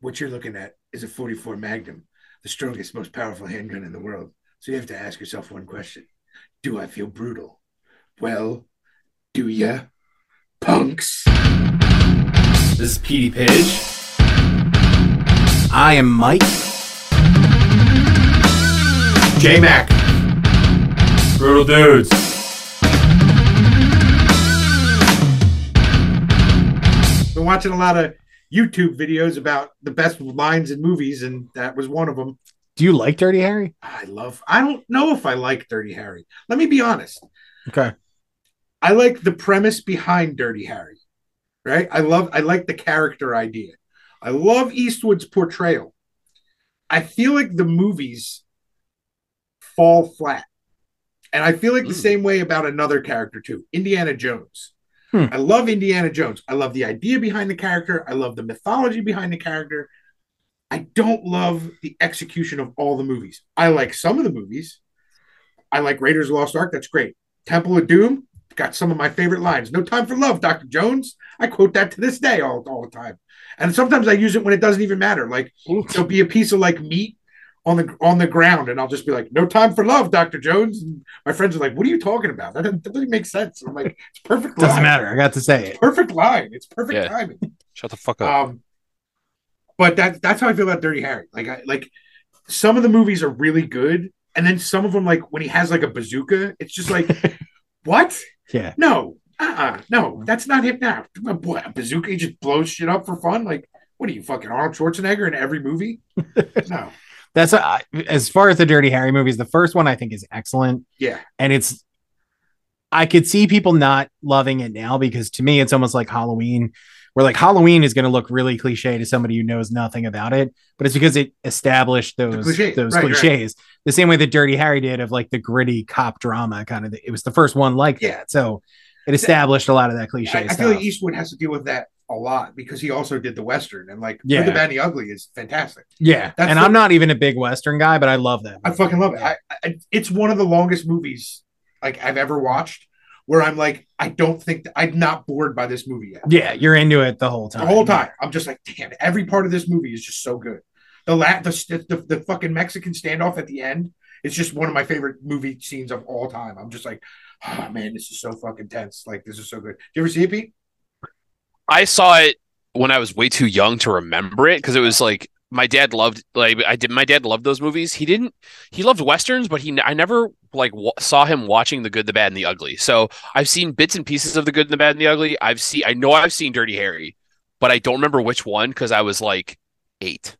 what you're looking at is a 44 Magnum, the strongest, most powerful handgun in the world. So you have to ask yourself one question Do I feel brutal? Well, do ya? Punks. This is Petey Pidge. I am Mike. J Mac. Brutal Dudes. Been watching a lot of YouTube videos about the best lines in movies, and that was one of them. Do you like Dirty Harry? I love, I don't know if I like Dirty Harry. Let me be honest. Okay. I like the premise behind Dirty Harry, right? I love, I like the character idea. I love Eastwood's portrayal. I feel like the movies fall flat. And I feel like the Mm. same way about another character too, Indiana Jones. Hmm. I love Indiana Jones. I love the idea behind the character. I love the mythology behind the character. I don't love the execution of all the movies. I like some of the movies. I like Raiders of the Lost Ark. That's great. Temple of Doom got some of my favorite lines. No time for love, Dr. Jones. I quote that to this day all, all the time. And sometimes I use it when it doesn't even matter. Like there'll be a piece of like meat on the on the ground, and I'll just be like, "No time for love, Doctor Jones." And my friends are like, "What are you talking about? That doesn't, that doesn't make sense." I'm like, "It's perfect. Doesn't line. matter. I got to say It's it. perfect line. It's perfect Yeah. timing." Shut the fuck up. Um, but that that's how I feel about Dirty Harry. Like, I, like some of the movies are really good, and then some of them, like when he has like a bazooka, it's just like, "What? Yeah. No, uh-uh, no, that's not him now." What, a bazooka he just blows shit up for fun, like. What are you fucking Arnold Schwarzenegger in every movie? No, That's I as far as the Dirty Harry movies. The first one I think is excellent, yeah, and it's I could see people not loving it now because to me it's almost like Halloween, where like Halloween is going to look really cliche to somebody who knows nothing about it, but it's because it established those cliché, those right, right. cliches the same way that Dirty Harry did of like the gritty cop drama kind of. It was the first one like Yeah. that, so it established a lot of that cliche I, I stuff. feel like Eastwood has to deal with that a lot because he also did the Western and like yeah. Yeah. Good, the Bad, and the Ugly is fantastic. yeah, that's and the- I'm not even a big Western guy, but I love that. I movie. fucking love it. I, I, it's one of the longest movies like I've ever watched where I'm like, I don't think that, I'm not bored by this movie yet. yeah, you're into it the whole time. The whole time, I'm just like, damn, every part of this movie is just so good. The la- the, st- the the fucking Mexican standoff at the end is just one of my favorite movie scenes of all time. I'm just like, oh man, this is so fucking tense. Like this is so good. Do you ever see it, Pete? I saw it when I was way too young to remember it because it was like my dad loved like I did. My dad loved those movies. He didn't. He loved westerns, but he n- I never like w- saw him watching The Good, the Bad, and the Ugly. So I've seen bits and pieces of The Good, and the Bad, and the Ugly. I've seen. I know I've seen Dirty Harry, but I don't remember which one because I was like eight.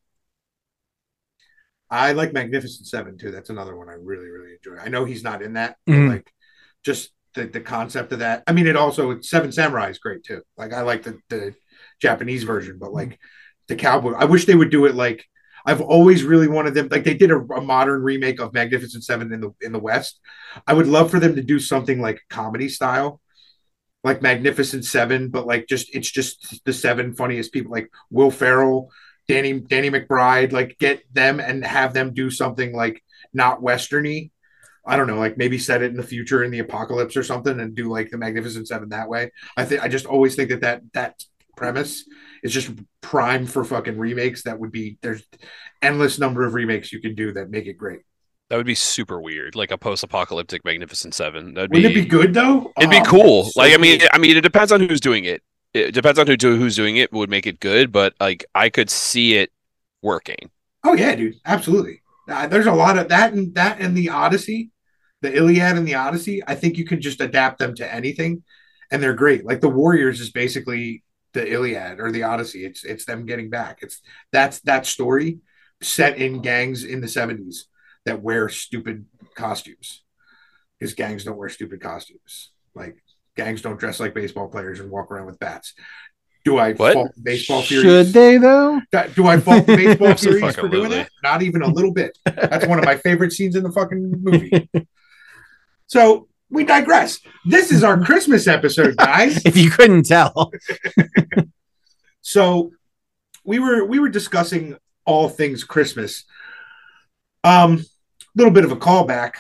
I like Magnificent Seven too. That's another one I really, really enjoy. I know he's not in that, Mhm. but like just the, the concept of that. I mean, it also Seven Samurai is great too. Like I like the, the Japanese version, but like the cowboy. I wish they would do it like I've always really wanted them. Like they did a, a modern remake of Magnificent Seven in the in the West. I would love for them to do something like comedy style. Like Magnificent Seven, but like just it's just the seven funniest people, like Will Ferrell, Danny Danny McBride, like get them and have them do something like not westerny. I don't know, like maybe set it in the future in the apocalypse or something, and do like the Magnificent Seven that way. I think I just always think that that that premise is just prime for fucking remakes. That would be there's endless number of remakes you can do that make it great. That would be super weird, like a post-apocalyptic Magnificent Seven. That'd Wouldn't it be good though? It'd be Oh, cool. so Like I mean, cool. I mean, it depends on who's doing it. It depends on who do, who's doing it would make it good, but like I could see it working. oh yeah, dude, absolutely. Uh, there's a lot of that and that and the Odyssey, the Iliad and the Odyssey. I think you can just adapt them to anything, and they're great. Like the Warriors is basically the Iliad or the Odyssey. It's it's them getting back. It's that's that story set in gangs in the '70s that wear stupid costumes because gangs don't wear stupid costumes. Like gangs don't dress like baseball players and walk around with bats. Do I What? fault baseball Should theories? they though? That- do I fault the baseball Absolutely series for doing fucking that? Not even a little bit. That's one of my favorite scenes in the fucking movie. So we digress. This is our Christmas episode, guys. if you couldn't tell. So we were we were discussing all things Christmas. Um, a little bit of a callback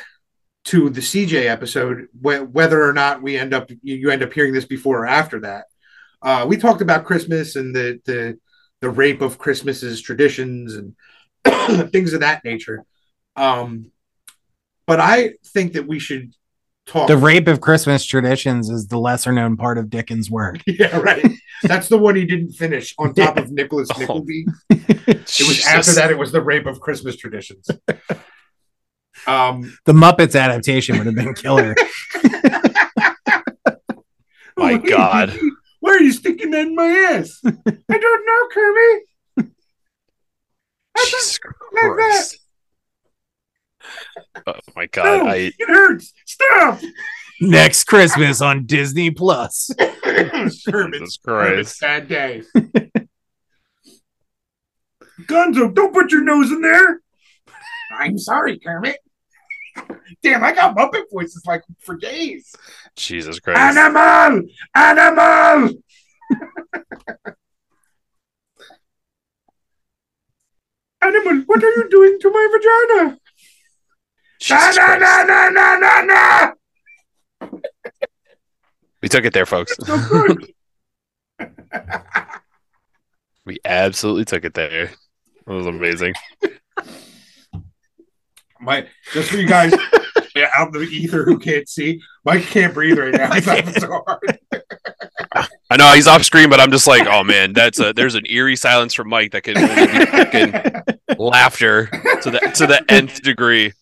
to the CJ episode, wh- whether or not we end up you, you end up hearing this before or after that. Uh, we talked about Christmas and the the the rape of Christmas's traditions and things of that nature. Um, but I think that we should talk. The rape of Christmas traditions is the lesser known part of Dickens' work. yeah, right. That's the one he didn't finish on top of Nicholas Oh. Nickleby. It was after that. It was the rape of Christmas traditions. um, The Muppets adaptation would have been killer. Oh My God. why are you sticking that in my ass? I don't know, Kirby. Jesus Christ. Oh my God. No, I it hurts. Stop. Next Christmas on Disney Plus. Herman's Jesus Christ. Bad day. Gonzo, don't put your nose in there. I'm sorry, Kermit. Damn, I got Muppet voices like for days. Jesus Christ. Animal! Animal! Animal, what are you doing to my vagina? Na, Jesus na, na, Christ. na, na, na, na! We took it there, folks. So good. We absolutely took it there. That was amazing. My, just for you guys yeah, out in the ether who can't see, Mike can't breathe right now. He's laughing so hard. I know he's off screen, but I'm just like, oh man, that's a there's an eerie silence from Mike that can only be fucking laughter to the to the nth degree.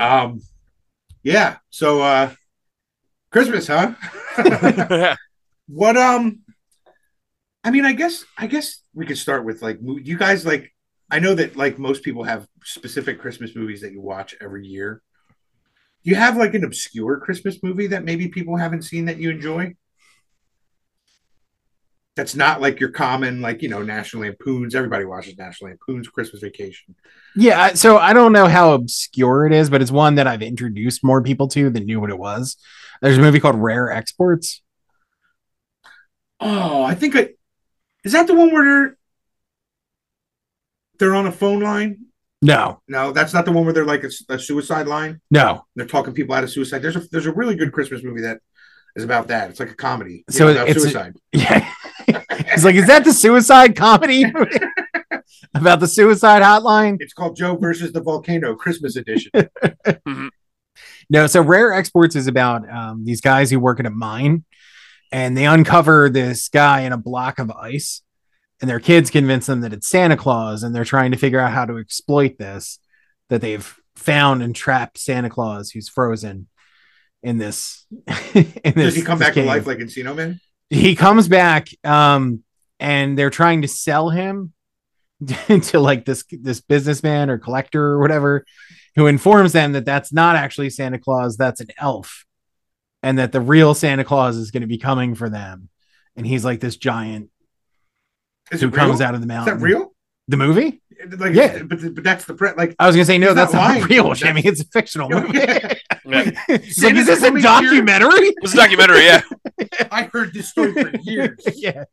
um, yeah. So uh, Christmas, huh? what? Um, I mean, I guess I guess we could start with like mo- you guys like. I know that like most people have specific Christmas movies that you watch every year. Do you have like an obscure Christmas movie that maybe people haven't seen that you enjoy? That's not like your common, like, you know, National Lampoons. Everybody watches National Lampoons Christmas Vacation. Yeah, I- so I don't know how obscure it is, but it's one that I've introduced more people to than knew what it was. There's a movie called Rare Exports. Oh, I think I is that the one where they're they're on a phone line? No, No, that's not the one where they're like a, s- a suicide line. no. They're talking people out of suicide. There's a there's a really good Christmas movie that is about that. It's like a comedy. you So know, about it's a- suicide. Yeah. it's like, is that the suicide comedy about the suicide hotline? It's called Joe versus the Volcano Christmas Edition. No, so Rare Exports is about um, these guys who work at a mine and they uncover this guy in a block of ice, and their kids convince them that it's Santa Claus, and they're trying to figure out how to exploit this that they've found and trapped Santa Claus who's frozen in this. in this Does he come this back to cave. life like Encino Man? he comes back, um, and they're trying to sell him to like this this businessman or collector or whatever, who informs them that that's not actually Santa Claus, that's an elf, and that the real Santa Claus is going to be coming for them, and he's like this giant Is who it comes real? out of the Is mountain. that real? The movie? Like, Yeah. but but that's the print. Like, I was gonna say no, He's that's not not, lying. real, That's- Jimmy. It's a fictional movie. Yeah. She's like, is Santa's this a coming here. documentary? It was a documentary, yeah. I heard this story for years. yeah.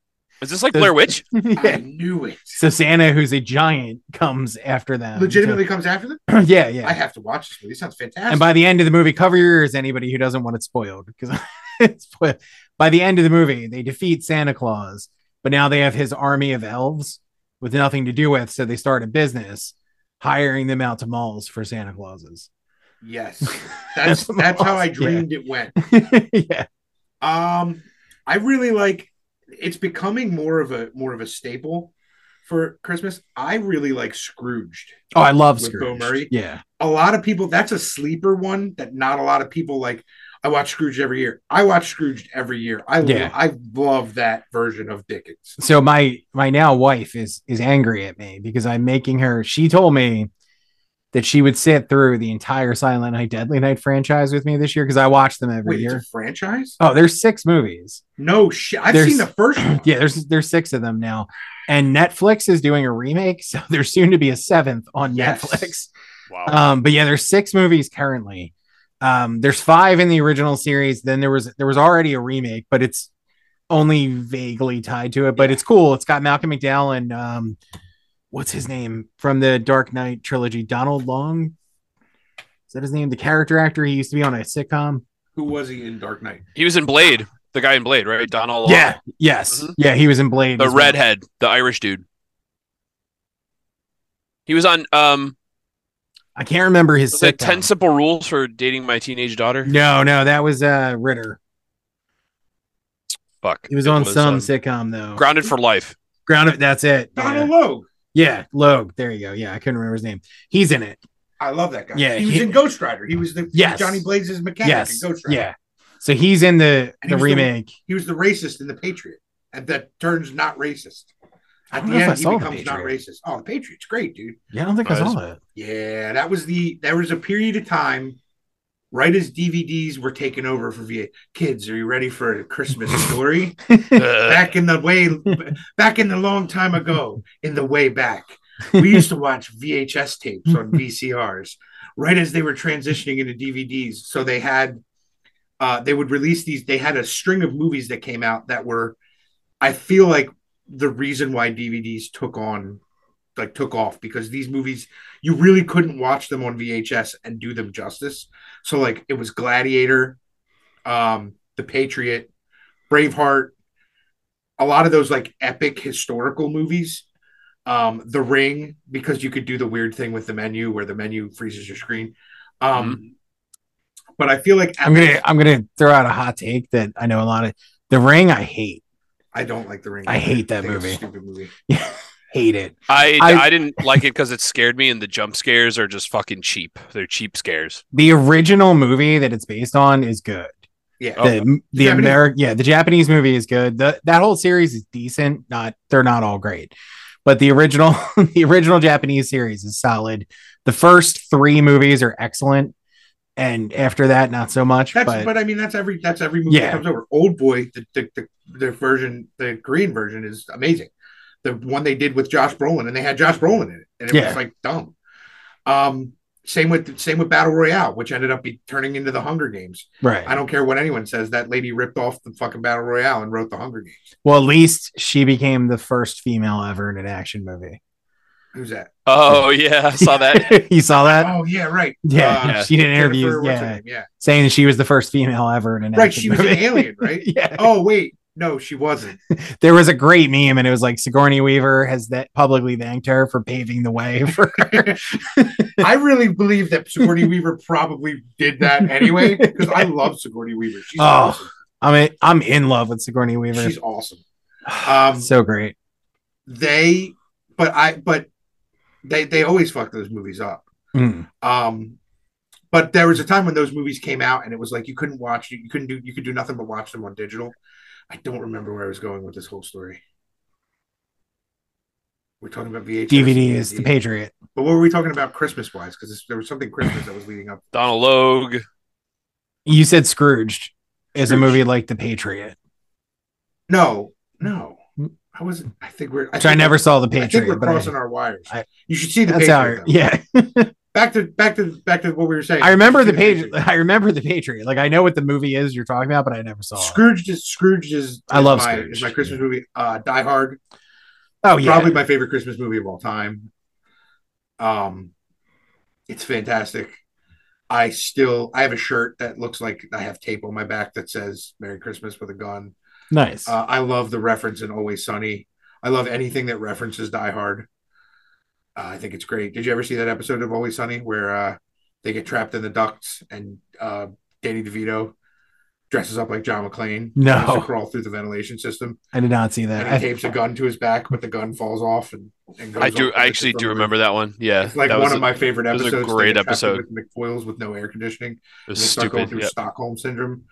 Is this like Blair Witch? I yeah. knew it. So Santa, who's a giant, comes after them. to- Legitimately comes after them. yeah, yeah. I have to watch this movie. It sounds fantastic. and by the end of the movie, cover your ears, anybody who doesn't want it spoiled, because it's spoiled. By the end of the movie, they defeat Santa Claus, but now they have his army of elves with nothing to do with, so they start a business hiring them out to malls for Santa Clauses. yes, that's that's how I dreamed it went. yeah, Um, I really like. It's becoming more of a more of a staple for Christmas. I really like Scrooged. oh, I love With Bill Scrooge. Murray? Yeah, A lot of people. That's a sleeper one that not a lot of people like. I watch Scrooged every year. I watch Scrooged every year. I Yeah. I love that version of Dickens. so my my now wife is is angry at me because I'm making her. She told me that she would sit through the entire Silent Night Deadly Night franchise with me this year because I watch them every Wait, year. it's a franchise? Oh, there's six movies. No shit. I've There's- seen the first one. Yeah, there's there's six of them now. And Netflix is doing a remake, so there's soon to be a seventh on Yes. Netflix. Wow. Um, but yeah, there's six movies currently. Um, there's five in the original series. Then there was there was already a remake, but it's only vaguely tied to it. But it's cool. It's got Malcolm McDowell and um, what's his name from the Dark Knight trilogy? Donald Long. Is that his name? The character actor he used to be on a sitcom. Who was he in Dark Knight? He was in Blade. the guy in Blade, right? Donald. Yeah. Yes. Mhm. Yeah. He was in Blade. the as well. redhead, the Irish dude. He was on um I can't remember his was it sitcom. ten simple rules for dating my teenage daughter. No, no, that was uh Ritter. Fuck, He was It on some um, sitcom though. grounded for life. Ground. That's it. Donald Yeah. Logue. yeah. Logue. There you go. Yeah. I couldn't remember his name. He's in it. I love that guy. Yeah, he was he- in Ghost Rider. He was the he Yes. was Johnny Blaze's mechanic Yes. in Ghost Rider. Yeah. So he's in the And he the was the- remake. He was the racist in the Patriot, and that turns not racist. I At don't the know if I end, he saw The becomes not racist. Oh, the Patriot's great, dude. yeah. I don't think I Guys. saw that. Yeah, that was the there was a period of time right as DVDs were taken over for VA. Kids, are you ready for a Christmas story? Ugh. back in the way back in the long time ago, in the way back. We used to watch VHS tapes on VCRs right as they were transitioning into DVDs. So they had uh they would release these they had a string of movies that came out that were I feel like the reason why DVDs took on like took off because these movies you really couldn't watch them on VHS and do them justice. So like it was Gladiator, um, The Patriot, Braveheart, a lot of those like epic historical movies. Um, The Ring, because you could do the weird thing with the menu where the menu freezes your screen. Um, but I feel like Mm-hmm. I'm gonna I'm gonna throw out a hot take that I know a lot of. The Ring. I hate. I don't like The Ring. I hate that think it's a movie. Stupid movie. Hate it. I, I- I didn't like it because it scared me, and the jump scares are just fucking cheap. They're cheap scares. The original movie that it's based on is good. Yeah. Oh. the the Japanese- American yeah the Japanese movie is good. The, that whole series is decent. Not they're not all great, but the original the original Japanese series is solid. The first three movies are excellent, and after that, not so much. That's but but, I mean that's every that's every movie Yeah. that comes over. Old Boy, the, the the the version, the Korean version is amazing. The one they did with Josh Brolin, and they had Josh Brolin in it, and it Yeah. was like dumb. Um, same with same with Battle Royale, which ended up be turning into the Hunger Games. right. I don't care what anyone says, that lady ripped off the fucking Battle Royale and wrote the Hunger Games. well, at least she became the first female ever in an action movie. Who's that? Oh yeah, I saw that. you saw that? Oh yeah, right. Yeah, Uh, yeah. she did an Jennifer- interview. what's her Yeah, name? yeah. saying she was the first female ever in an Right, action she was an movie. alien, right? yeah. Oh wait, no, she wasn't. there was a great meme and it was like Sigourney Weaver has that publicly thanked her for paving the way for I really believe that Sigourney Weaver probably did that anyway because I love Sigourney Weaver. She's Oh, awesome. I mean I'm in love with Sigourney Weaver. She's awesome. Um, so great. they, but I, but they, they always fuck those movies up. Mm. Um, but there was a time when those movies came out and it was like you couldn't watch, you, you couldn't do, you could do nothing but watch them on digital. I don't remember where I was going with this whole story. We're talking about VHS DVD is the DVD. Patriot. But what were we talking about Christmas wise? Because there was something Christmas that was leading up. Donald Logue. You said Scrooged is a Scrooged. movie like The Patriot, No, no. I wasn't. I think we're. I which think I never saw The I think Patriot, we're but I- crossing our wires. I- you should see the that's Patriot. how. I- though. yeah, Back to back to back to what we were saying. I remember You the should see page. I remember The Patriot. Like I know what the movie is you're talking about, but I never saw it. Scrooge is Scrooge is. I love is my, Scrooge. Is my Christmas movie. Uh, Die Hard, Oh yeah, probably my favorite Christmas movie of all time. Um, it's fantastic. I still I have a shirt that looks like I have tape on my back that says "Merry Christmas" with a gun. nice. Uh, I love the reference in Always Sunny. I love anything that references Die Hard. Uh, I think it's great. Did you ever see that episode of Always Sunny where uh, they get trapped in the ducts and uh, Danny DeVito dresses up like John McClane? No. tries to crawl through the ventilation system I did not see and that. he I- tapes a gun to his back, but the gun falls off and, and goes I do. off I actually do remember that one. Yeah, It's like that one was, of my favorite that was a episodes. They great get trapped episode. with McFoyles with no air conditioning it was they start going stupid. through Yeah. Stockholm syndrome.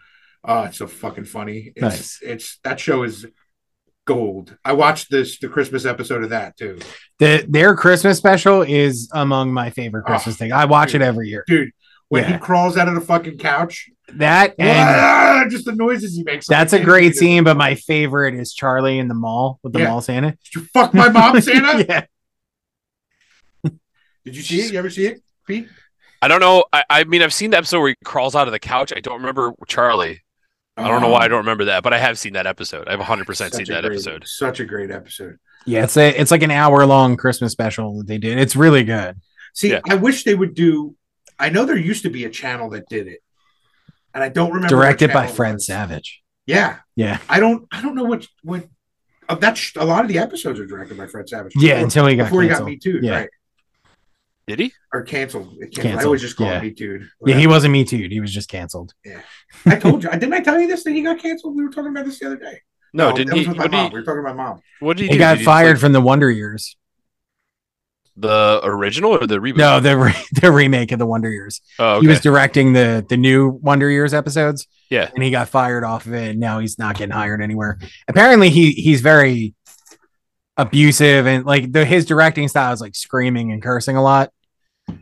Uh, it's so fucking funny. It's, Nice. It's that show is gold. I watched this the Christmas episode of that too, the, their Christmas special is among my favorite Oh, Christmas thing. I watch dude. it every year. dude. When Yeah. he crawls out of the fucking couch, That and ah, just the noises he makes. That's a Like, great dude, scene, but my favorite is Charlie in the mall with the Yeah. mall Santa. Did you fuck my mom, Santa. yeah. Did you see it? You ever see it, Pete? I don't know. I, I mean, I've seen the episode where he crawls out of the couch. I don't remember Charlie. I don't know why I don't remember that, but I have seen that episode. I've 100 percent Um, Such seen a that great- episode. Such a great episode. Yeah, it's a it's like an hour long Christmas special that they did. It's really good. See, Yeah. I wish they would do. I know there used to be a channel that did it, and I don't remember what Directed by channel it Fred was. Savage. Yeah. Yeah. I don't I don't know what what uh, that's a lot of the episodes are directed by Fred Savage. Yeah, Before, until he got before he got canceled. Me Too, Yeah. right? Did he? Or canceled. It canceled. I Canceled, always just call yeah. it Me Too. yeah, he wasn't me too. He was just canceled. I told you. I Didn't I tell you this that he got canceled? We were talking about this the other day. No, Oh, didn't that he? was with my What mom. did he? We were talking about mom. What did he, He, do? got Did he, fired like, from the Wonder Years. the original or the reboot. No, the re- the remake of the Wonder Years. oh, okay. He was directing the the new Wonder Years episodes. Yeah. and he got fired off of it. And now he's not getting hired anywhere. Apparently, he he's very abusive and like the his directing style is like screaming and cursing a lot,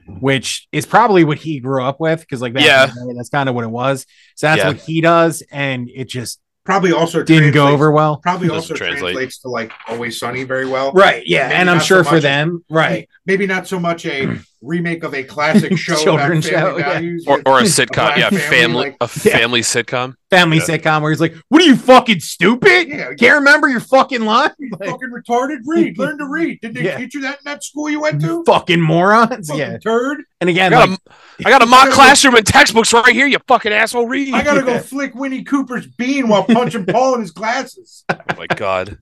which is probably what he grew up with because like back in Yeah. the day, that's kind of what it was. So that's Yeah. what he does, and it just Probably also didn't go translates- over well. Probably Doesn't also translate. translates to like Always Sunny very well. Right. Yeah, Maybe and I'm not so sure for much. them, right. Maybe not so much a remake of a classic show about family Children's show, yeah. values. or, with- or a black sitcom. Yeah, family, family, like- a family sitcom. Family Yeah. sitcom where he's like, "What are you fucking stupid? yeah, you Can't remember your fucking line, Like- fucking retarded. Read, learn to read. Did they Yeah. teach you that in that school you went to? fucking morons." Fucking Yeah, turd. and I again, got, like, a, I got a mock classroom and textbooks right here. You fucking asshole. Read. I gotta go flick Winnie Cooper's bean while punching Paul in his glasses. oh my god.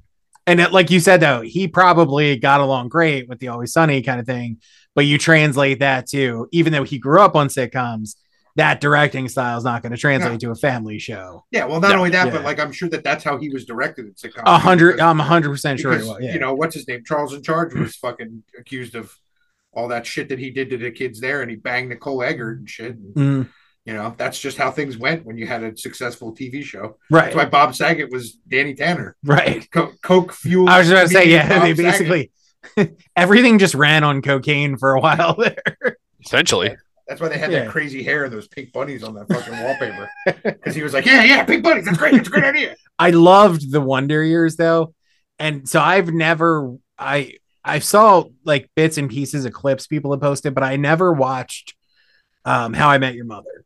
and it, like you said though, he probably got along great with the Always Sunny kind of thing. But you translate that to, even though he grew up on sitcoms, that directing style is not going to translate to a family show. Yeah, well, not No, only that, but yeah. like I'm sure that that's how he was directed in sitcom. A hundred, because- I'm a hundred percent sure. it because, will, yeah. You know what's his name? Charles in Charge was fucking accused of all that shit that he did to the kids there, and he banged Nicole Eggert and shit. And, Mm, you know that's just how things went when you had a successful TV show. right, That's why Bob Saget was Danny Tanner, right. Co- coke fueled. I was going to say, comedian yeah, they Bob Saget. basically everything just ran on cocaine for a while there. Essentially, That's why they had Yeah. that crazy hair and those pink bunnies on that fucking wallpaper. Because he was like, yeah, yeah, pink bunnies. That's great. That's a great idea. I loved the Wonder Years though, and so I've never I I saw like bits and pieces of clips people had posted, but I never watched um How I Met Your Mother.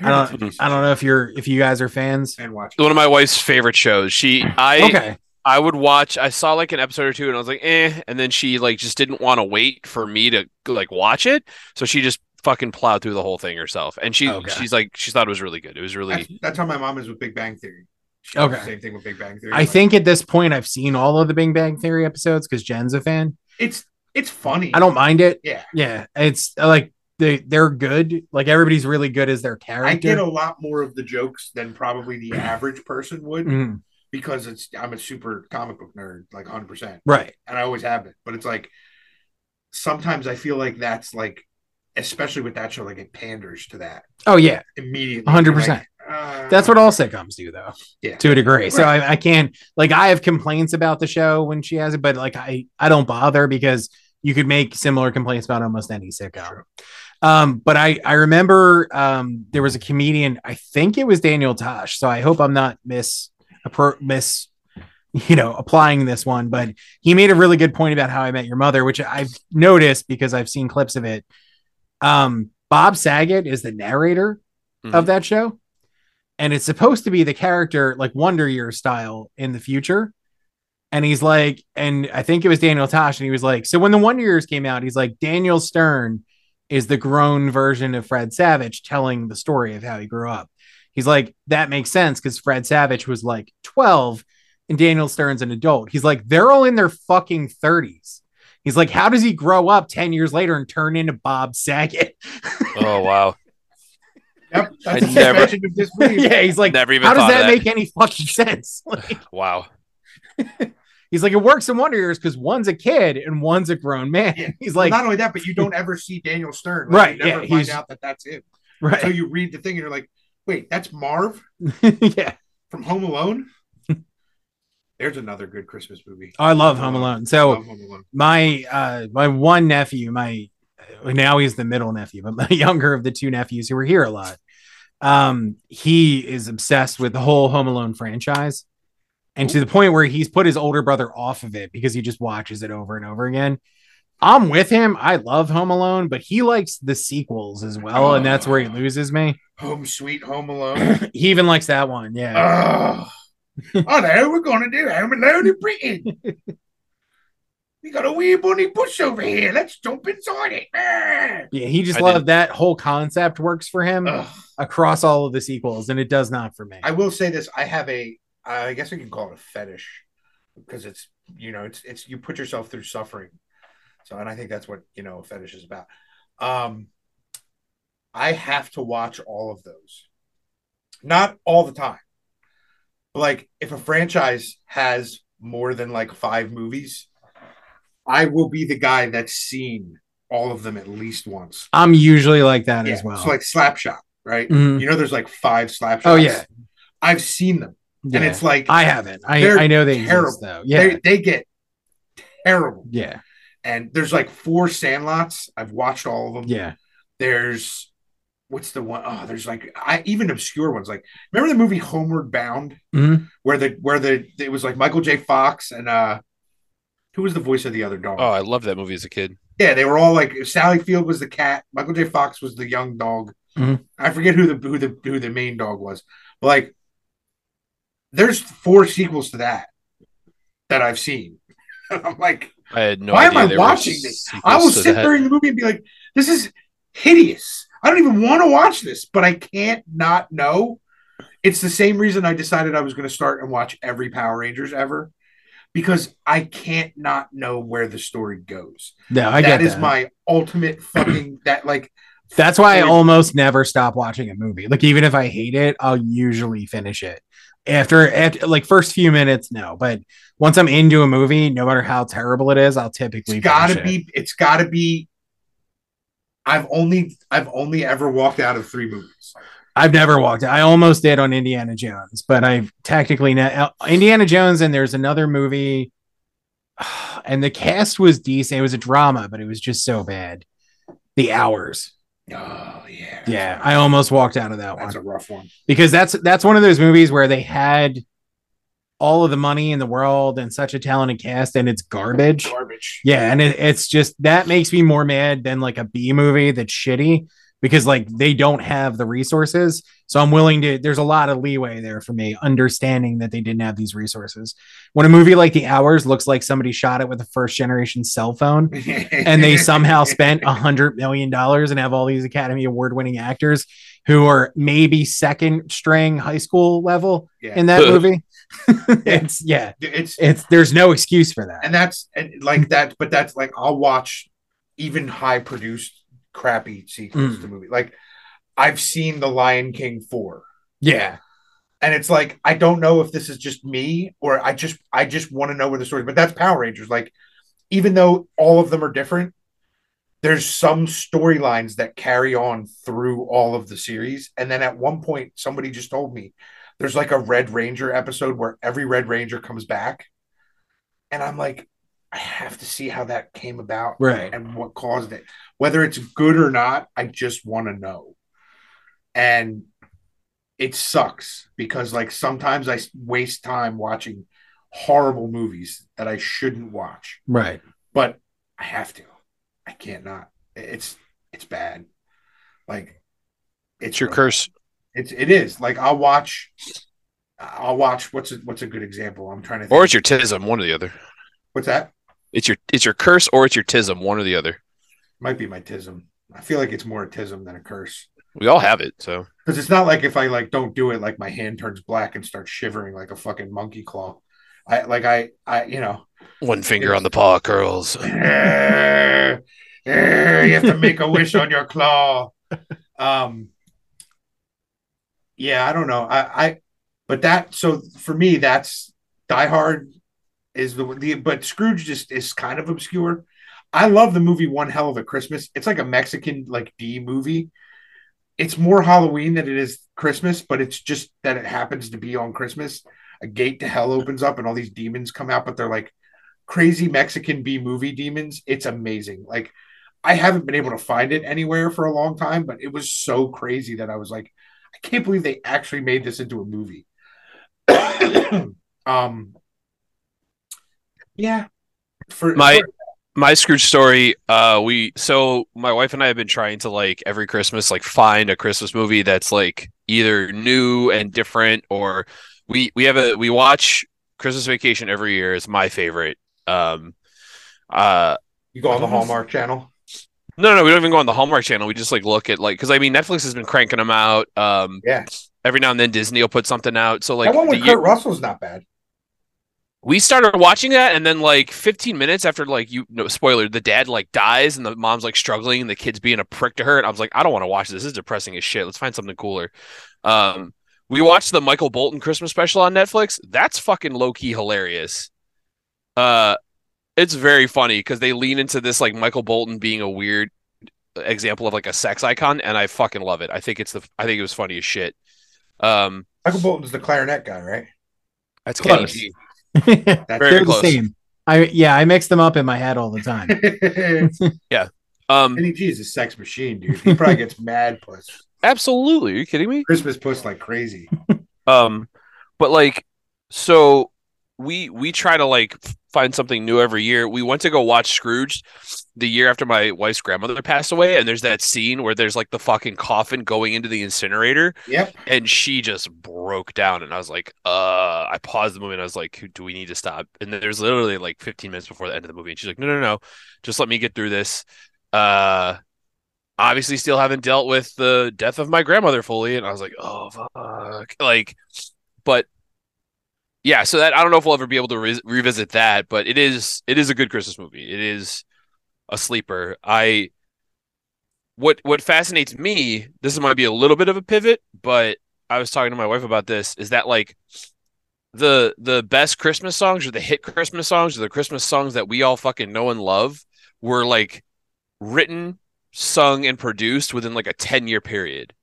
I don't I don't know if you're if you guys are fans. And watch. one of my wife's favorite shows. She, I, Okay, I would watch. I saw like an episode or two, and I was like, eh. And then she like just didn't want to wait for me to like watch it, so she just fucking plowed through the whole thing herself. And she, Okay. she's like, she thought it was really good. It was really. That's, that's how my mom is with Big Bang Theory. She Okay. does the Same thing with Big Bang Theory. I Like, think at this point I've seen all of the Big Bang Theory episodes because Jen's a fan. it's it's funny. I don't mind it. Yeah. yeah, it's uh, like they they're good. Like everybody's really good as their character. I get a lot more of the jokes than probably the average person would Mhm, because it's I'm a super comic book nerd, like 100, percent right. and I always have been. But it's like sometimes I feel like that's like, especially with that show, like it panders to that Oh yeah, immediately. 100%. You're like, uh, That's what all sitcoms do, though. Yeah. To a degree. So I, I can't like I have complaints about the show when she has it, but like I I don't bother because you could make similar complaints about almost any sitcom. Sure. Um, but I I remember um there was a comedian I think it was Daniel Tosh. So I hope I'm not miss appro- miss you know applying this one, but he made a really good point about how I met your mother, which I've noticed because I've seen clips of it. Um, Bob Saget is the narrator of Mhm. that show, and it's supposed to be the character like Wonder Year style in the future. And he's like, and I think it was Daniel Tosh, and he was like, so when the Wonder Years came out, he's like, Daniel Stern is the grown version of Fred Savage telling the story of how he grew up. He's like, that makes sense because Fred Savage was like 12 and Daniel Stern's an adult. He's like, they're all in their fucking 30s. He's like, how does he grow up 10 years later and turn into Bob Saget? Oh wow! Yep, that's I a never- suspension of disbelief. yeah, he's like, Never even how does thought of that that. make any fucking sense? Wow. he's like, it works in Wonder Years because one's a kid and one's a grown man. Yeah. He's Well, like, not only that, but you don't ever see Daniel Stern. Right, You never yeah, find he's- out that that's him. So right. you read the thing and you're like, wait, that's Marv yeah. from Home Alone? There's another good Christmas movie. I love Home Um, Alone. So, Love Home Alone. my uh my one nephew my now he's the middle nephew but my younger of the two nephews who were here a lot um he is obsessed with the whole home alone franchise and to the point where he's put his older brother off of it because he just watches it over and over again i'm with him i love home alone but he likes the sequels as well Oh. and that's where he loses me Home Sweet Home Alone. he even likes that one yeah oh, oh, no, we're going to do Home Alone in Britain. We got a wee bunny bush over here. Let's jump inside it. Ah! Yeah, he just I loved didn't- that whole concept works for him Ugh. across all of the sequels, and it does not for me. I will say this: I have a, I guess we can call it a fetish, because it's you know it's it's you put yourself through suffering, so and I think that's what you know a fetish is about. Um, I have to watch all of those, not all the time, but like if a franchise has more than like five movies, I will be the guy that's seen all of them at least once. I'm usually like that Yeah, as well. so like Slapshot, right? Mhm. You know, there's like five Slapshots. Oh, yeah. I've seen them and Yeah. it's like I haven't. I, They're I know they terrible. exist though. Yeah, they, they get terrible. yeah, And there's like four Sandlots. I've watched all of them. yeah. There's what's the one? Oh, there's like I even obscure ones. Like remember the movie Homeward Bound, Mhm. where the where the it was like Michael J. Fox and uh, who was the voice of the other dog? Oh, I loved that movie as a kid. yeah, they were all like Sally Field was the cat, Michael J. Fox was the young dog. Mhm. I forget who the who the who the main dog was, but like there's four sequels to that that I've seen. And I'm like, I had no Why am idea. I there were watching this? sequels I will to sit that. during the movie and be like, this is hideous. I don't even want to watch this, but I can't not know. It's the same reason I decided I was going to start and watch every Power Rangers ever because I can't not know where the story goes. No, I get that is that. my ultimate fucking that like That's why I Dude. almost never stop watching a movie. Like even if I hate it, I'll usually finish it. After, after like first few minutes, no. But once I'm into a movie, no matter how terrible it is, I'll typically it's got to finish it. be it's got to be I've only I've only ever walked out of three Oh, movies. I've never walked. I almost did on Indiana Jones, but I've technically not Indiana Jones. And there's another movie, and the cast was decent. It was a drama, but it was just so bad. The hours. Oh yeah. Yeah, I almost walked out of that one. That's a rough one. because that's that's one of those movies where they had all of the money in the world and such a talented cast and it's garbage Garbage. yeah and it, it's just that makes me more mad than like a b movie that's shitty because like they don't have the resources so i'm willing to there's a lot of leeway there for me understanding that they didn't have these resources when a movie like the hours looks like somebody shot it with a first generation cell phone and they somehow spent a hundred million dollars and have all these Academy Award winning actors who are maybe second string high school level Yeah. in that movie. it's yeah, it's it's there's no excuse for that. and that's and like that but that's like i'll watch even high produced crappy sequels Mm. to movie like i've seen the lion king 4 Yeah, and it's like i don't know if this is just me or i just i just want to know where the story but that's power rangers like even though all of them are different there's some storylines that carry on through all of the series and then at one point somebody just told me there's like a red ranger episode where every red ranger comes back and i'm like i have to see how that came about right. and what caused it. Whether it's good or not, I just want to know. And it sucks because like sometimes I s- waste time watching horrible movies that I shouldn't watch, Right. but I have to. I can't not. It's it's bad. Like It's your curse. It's it is. Like I'll watch I'll watch what's a, what's a good example? I'm trying to think. Or it's your tism, one or the other. what's that? It's your it's your curse or it's your tism, one or the other. Might be my tism. I feel like it's more a tism than a curse. We all have it, so Because it's not like if I like don't do it, like my hand turns black and starts shivering like a fucking monkey claw. I like I I you know one finger on the paw curls. "Eh, eh, you have to make a wish on your claw. Um yeah, I don't know. I I but that so for me that's Die Hard is the, the but Scrooge just is kind of obscure. I love the movie One Hell of a Christmas. It's like a Mexican like D movie. It's more Halloween than it is Christmas, but it's just that it happens to be on Christmas. A gate to hell opens up and all these demons come out, but they're like crazy Mexican B movie demons. It's amazing. Like I haven't been able to find it anywhere for a long time, but it was so crazy that I was like, I can't believe they actually made this into a movie. um yeah. For My- for- my Scrooge story, uh, we so my wife and I have been trying to like every Christmas like find a Christmas movie that's like either new and different or we we have a we watch Christmas Vacation every year. It's my favorite. Um, Uh, You go on the What was- Hallmark Channel. no, no, we don't even go on the Hallmark channel. We just like look at like because I mean Netflix has been cranking them out. Um, Yeah. every now and then Disney will put something out. So like that one with the Kurt year- Russell's not bad. we started watching that, and then like 15 minutes after like you no spoiler, the dad like dies, and the mom's like struggling, and the kid's being a prick to her, and I was like, I don't want to watch this. This is depressing as shit. Let's find something cooler. Um, we watched the Michael Bolton Christmas special on Netflix. That's fucking low key hilarious. Uh, it's very funny because they lean into this like Michael Bolton being a weird example of like a sex icon, and I fucking love it. I think it's the I think it was funny as shit. Um, Michael Bolton's the clarinet guy, right? that's Close. Kenny G. They're That's Very the close. same. I yeah, I mix them up in my head all the time. Um, Kenny G is a sex machine, dude. He probably gets mad puss. absolutely. Are you kidding me? Christmas puss like crazy. um but like so we we try to like f- find something new every year we went to go watch scrooge the year after my wife's grandmother passed away and there's that scene where there's like the fucking coffin going into the incinerator Yep. and she just broke down and i was like uh i paused the movie and i was like do we need to stop and then there's literally like 15 minutes before the end of the movie and she's like no no no just let me get through this uh obviously still haven't dealt with the death of my grandmother fully and i was like oh fuck like but yeah so that i don't know if we'll ever be able to re- revisit that but it is it is a good christmas movie it is a sleeper i what what fascinates me this might be a little bit of a pivot but i was talking to my wife about this is that like the the best christmas songs or the hit christmas songs or the christmas songs that we all fucking know and love were like written sung and produced within like a 10 year period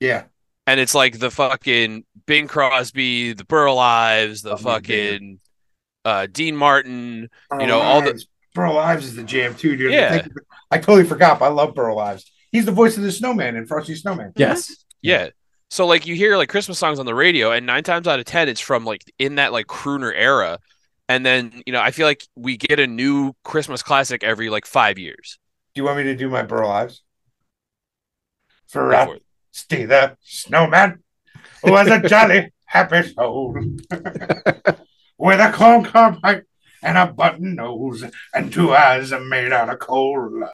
Yeah. and it's like the fucking bing crosby the burl ives the Oh, my fucking uh dean martin You know, all the- Burl Ives is the jam too, dude. Yeah. Thank you for- I totally forgot. but I love Burl Ives. He's the voice of the snowman in Frosty Snowman. Yes. Yeah. So like you hear like Christmas songs on the radio, and nine times out of ten, it's from like in that like crooner era. And then you know, I feel like we get a new Christmas classic every like five years. Do you want me to do my Burl Ives? Go For for I it. Stay the snowman was a jolly happy soul with a corn cob pipe and a button nose and two eyes made out of coal.